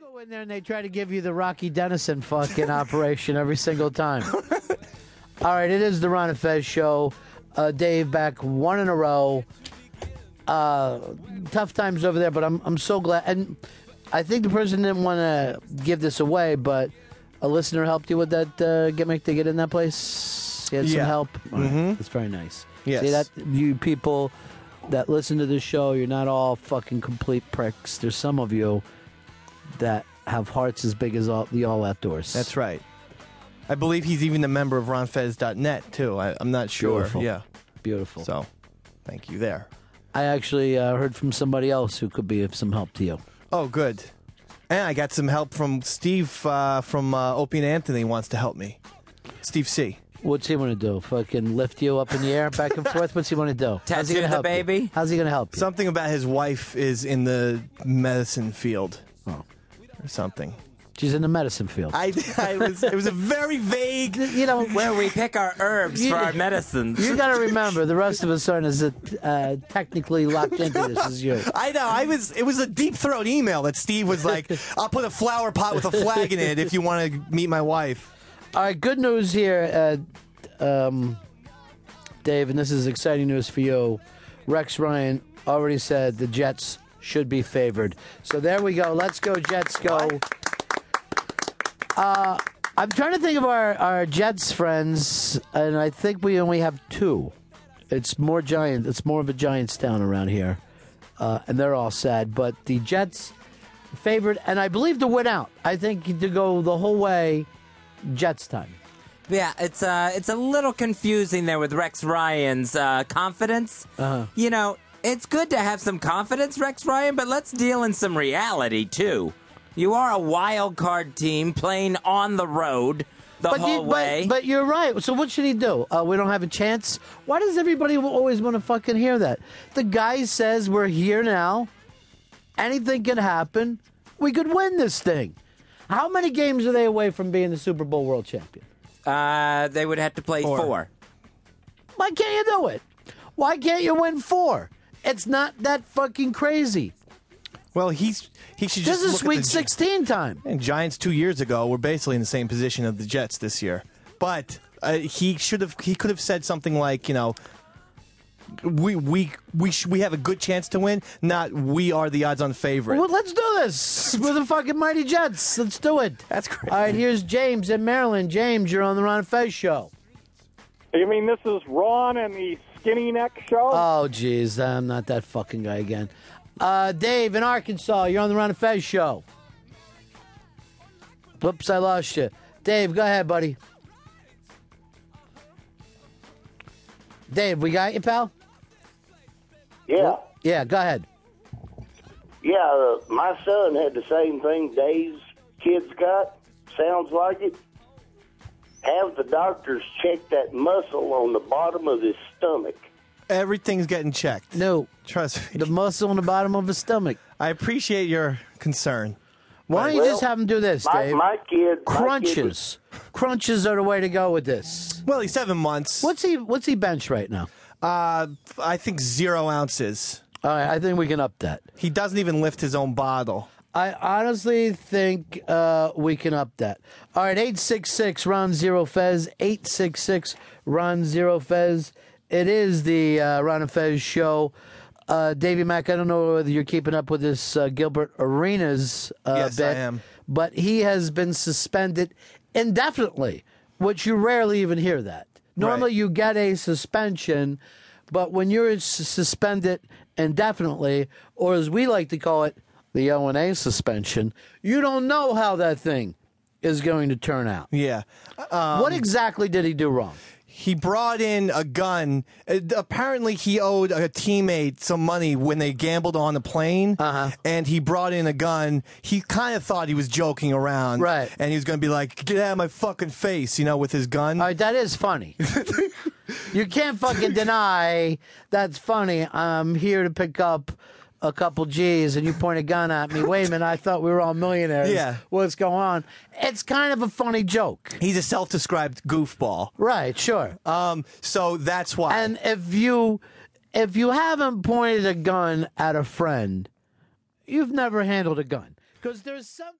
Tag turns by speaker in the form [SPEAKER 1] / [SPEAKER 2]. [SPEAKER 1] go in there and they try to give you the Rocky Dennison fucking operation every single time. All right, it is the Ron and Fez show. Uh, Dave back one in a row. Uh, tough times over there, but I'm I'm so glad. And I think the person didn't want to give this away, but a listener helped you with that uh, gimmick to get in that place. He had some
[SPEAKER 2] Yeah.
[SPEAKER 1] help. All right, That's very nice.
[SPEAKER 2] Yes.
[SPEAKER 1] See that you people that listen to this show, you're not all fucking complete pricks. There's some of you that have hearts as big as all the all outdoors.
[SPEAKER 2] That's right. I believe he's even a member of RonFez.net too. I, I'm not sure.
[SPEAKER 1] Beautiful.
[SPEAKER 2] Yeah.
[SPEAKER 1] beautiful.
[SPEAKER 2] So, thank you there.
[SPEAKER 1] I actually uh, heard from somebody else who could be of some help to you.
[SPEAKER 2] Oh, good. And I got some help from Steve uh, from uh, Opie and Anthony wants to help me. Steve C.
[SPEAKER 1] What's he want to do? Fucking lift you up in the air, back and forth. What's he want to do? How's he
[SPEAKER 3] Tattoo
[SPEAKER 1] gonna
[SPEAKER 3] the
[SPEAKER 1] help you?
[SPEAKER 3] baby?
[SPEAKER 1] How's he gonna help you?
[SPEAKER 2] Something about his wife is in the medicine field
[SPEAKER 1] Oh.
[SPEAKER 2] or something.
[SPEAKER 1] She's in the medicine field.
[SPEAKER 2] I, I was. It was a very vague.
[SPEAKER 1] you know,
[SPEAKER 3] Where we pick our herbs for our medicines.
[SPEAKER 1] you got to remember the rest of us aren't as uh, technically locked into this as you.
[SPEAKER 2] I know. I was. It was a deep throat email that Steve was like, "I'll put a flower pot with a flag in it if you want to meet my wife."
[SPEAKER 1] All right, good news here, uh, um, Dave, and this is exciting news for you. Rex Ryan already said the Jets should be favored. So there we go. Let's go, Jets go. Uh, I'm trying to think of our, our Jets friends, and I think we only have two. It's more giant. It's more of a Giants town around here, uh, and they're all sad. But the Jets favored, and I believe to win out. I think to go the whole way. Jets time.
[SPEAKER 3] Yeah, it's uh, it's a little confusing there with Rex Ryan's uh, confidence. Uh-huh. You know, it's good to have some confidence, Rex Ryan, but let's deal in some reality too. You are a wild card team playing on the road the
[SPEAKER 1] But,
[SPEAKER 3] whole
[SPEAKER 1] you,
[SPEAKER 3] way.
[SPEAKER 1] but, but you're right. So what should he do? Uh, we don't have a chance. Why does everybody always want to fucking hear that? The guy says we're here now. Anything can happen. We could win this thing. How many games are they away from being the Super Bowl world champion?
[SPEAKER 3] uh, they would have to play
[SPEAKER 2] Four.
[SPEAKER 3] four.
[SPEAKER 1] Why can't you do it? Why can't you win four? It's not that fucking crazy.
[SPEAKER 2] Well, he's he should
[SPEAKER 1] This
[SPEAKER 2] just.
[SPEAKER 1] is
[SPEAKER 2] look
[SPEAKER 1] Sweet
[SPEAKER 2] at the Gi-
[SPEAKER 1] 16 time.
[SPEAKER 2] And Giants two years ago were basically in the same position of the Jets this year, but uh, he should have he could have said something like you know. We we we sh- we have a good chance to win. Not we are the odds on favorite.
[SPEAKER 1] Well, let's do this. We're the fucking Mighty Jets. Let's do it.
[SPEAKER 2] That's great. Uh,
[SPEAKER 1] All right, here's James in Maryland. James, you're on the Ron Fez show.
[SPEAKER 4] You mean this is Ron and the Skinny Neck Show?
[SPEAKER 1] Oh, jeez, I'm not that fucking guy again. Uh, Dave in Arkansas, you're on the Ron and Fez show. Whoops, I lost you. Dave, go ahead, buddy. Dave, we got you, pal?
[SPEAKER 5] Yeah,
[SPEAKER 1] Yeah, go ahead.
[SPEAKER 5] yeah. Uh, my son had the same thing Dave's kids got. Sounds like it. Have the doctors check that muscle on the bottom of his stomach.
[SPEAKER 2] Everything's getting checked.
[SPEAKER 1] No,
[SPEAKER 2] Trust me.
[SPEAKER 1] the muscle on the bottom of his stomach.
[SPEAKER 2] I appreciate your concern.
[SPEAKER 1] Why don't you
[SPEAKER 5] Well,
[SPEAKER 1] just have him do this,
[SPEAKER 5] My,
[SPEAKER 1] Dave?
[SPEAKER 5] my kid my kid-
[SPEAKER 1] Crunches. Crunches are the way to go with this.
[SPEAKER 2] Well, he's seven months.
[SPEAKER 1] What's he what's he bench right now?
[SPEAKER 2] Uh, I think zero ounces.
[SPEAKER 1] All right, I think we can up that.
[SPEAKER 2] He doesn't even lift his own bottle.
[SPEAKER 1] I honestly think uh, we can up that. All right, 866 Ron Zero Fez, 866 Ron Zero Fez. It is the uh, Ron and Fez show. Uh, Davey Mack, I don't know whether you're keeping up with this uh, Gilbert Arenas uh,
[SPEAKER 2] Yes, I
[SPEAKER 1] bit,
[SPEAKER 2] am.
[SPEAKER 1] but he has been suspended indefinitely, which you rarely even hear that. Normally,
[SPEAKER 2] Right.
[SPEAKER 1] you get a suspension, but when you're s- suspended indefinitely, or as we like to call it, the O and A suspension, you don't know how that thing is going to turn out.
[SPEAKER 2] Yeah.
[SPEAKER 1] what exactly did he do wrong?
[SPEAKER 2] He brought in a gun. Uh, apparently, he owed a teammate some money when they gambled on the plane. Uh-huh. And he brought in a gun. He kind of thought he was joking around.
[SPEAKER 1] Right.
[SPEAKER 2] And he was going to be like, get out of my fucking face, you know, with his gun.
[SPEAKER 1] All right, that is funny. you can't fucking deny that's funny. I'm here to pick up a couple G's and you point a gun at me. Wait a minute, I thought we were all millionaires.
[SPEAKER 2] Yeah.
[SPEAKER 1] What's going on? It's kind of a funny joke.
[SPEAKER 2] He's a self described goofball.
[SPEAKER 1] Right, sure.
[SPEAKER 2] Um, so that's why.
[SPEAKER 1] And if you if you haven't pointed a gun at a friend, you've never handled a gun because there's something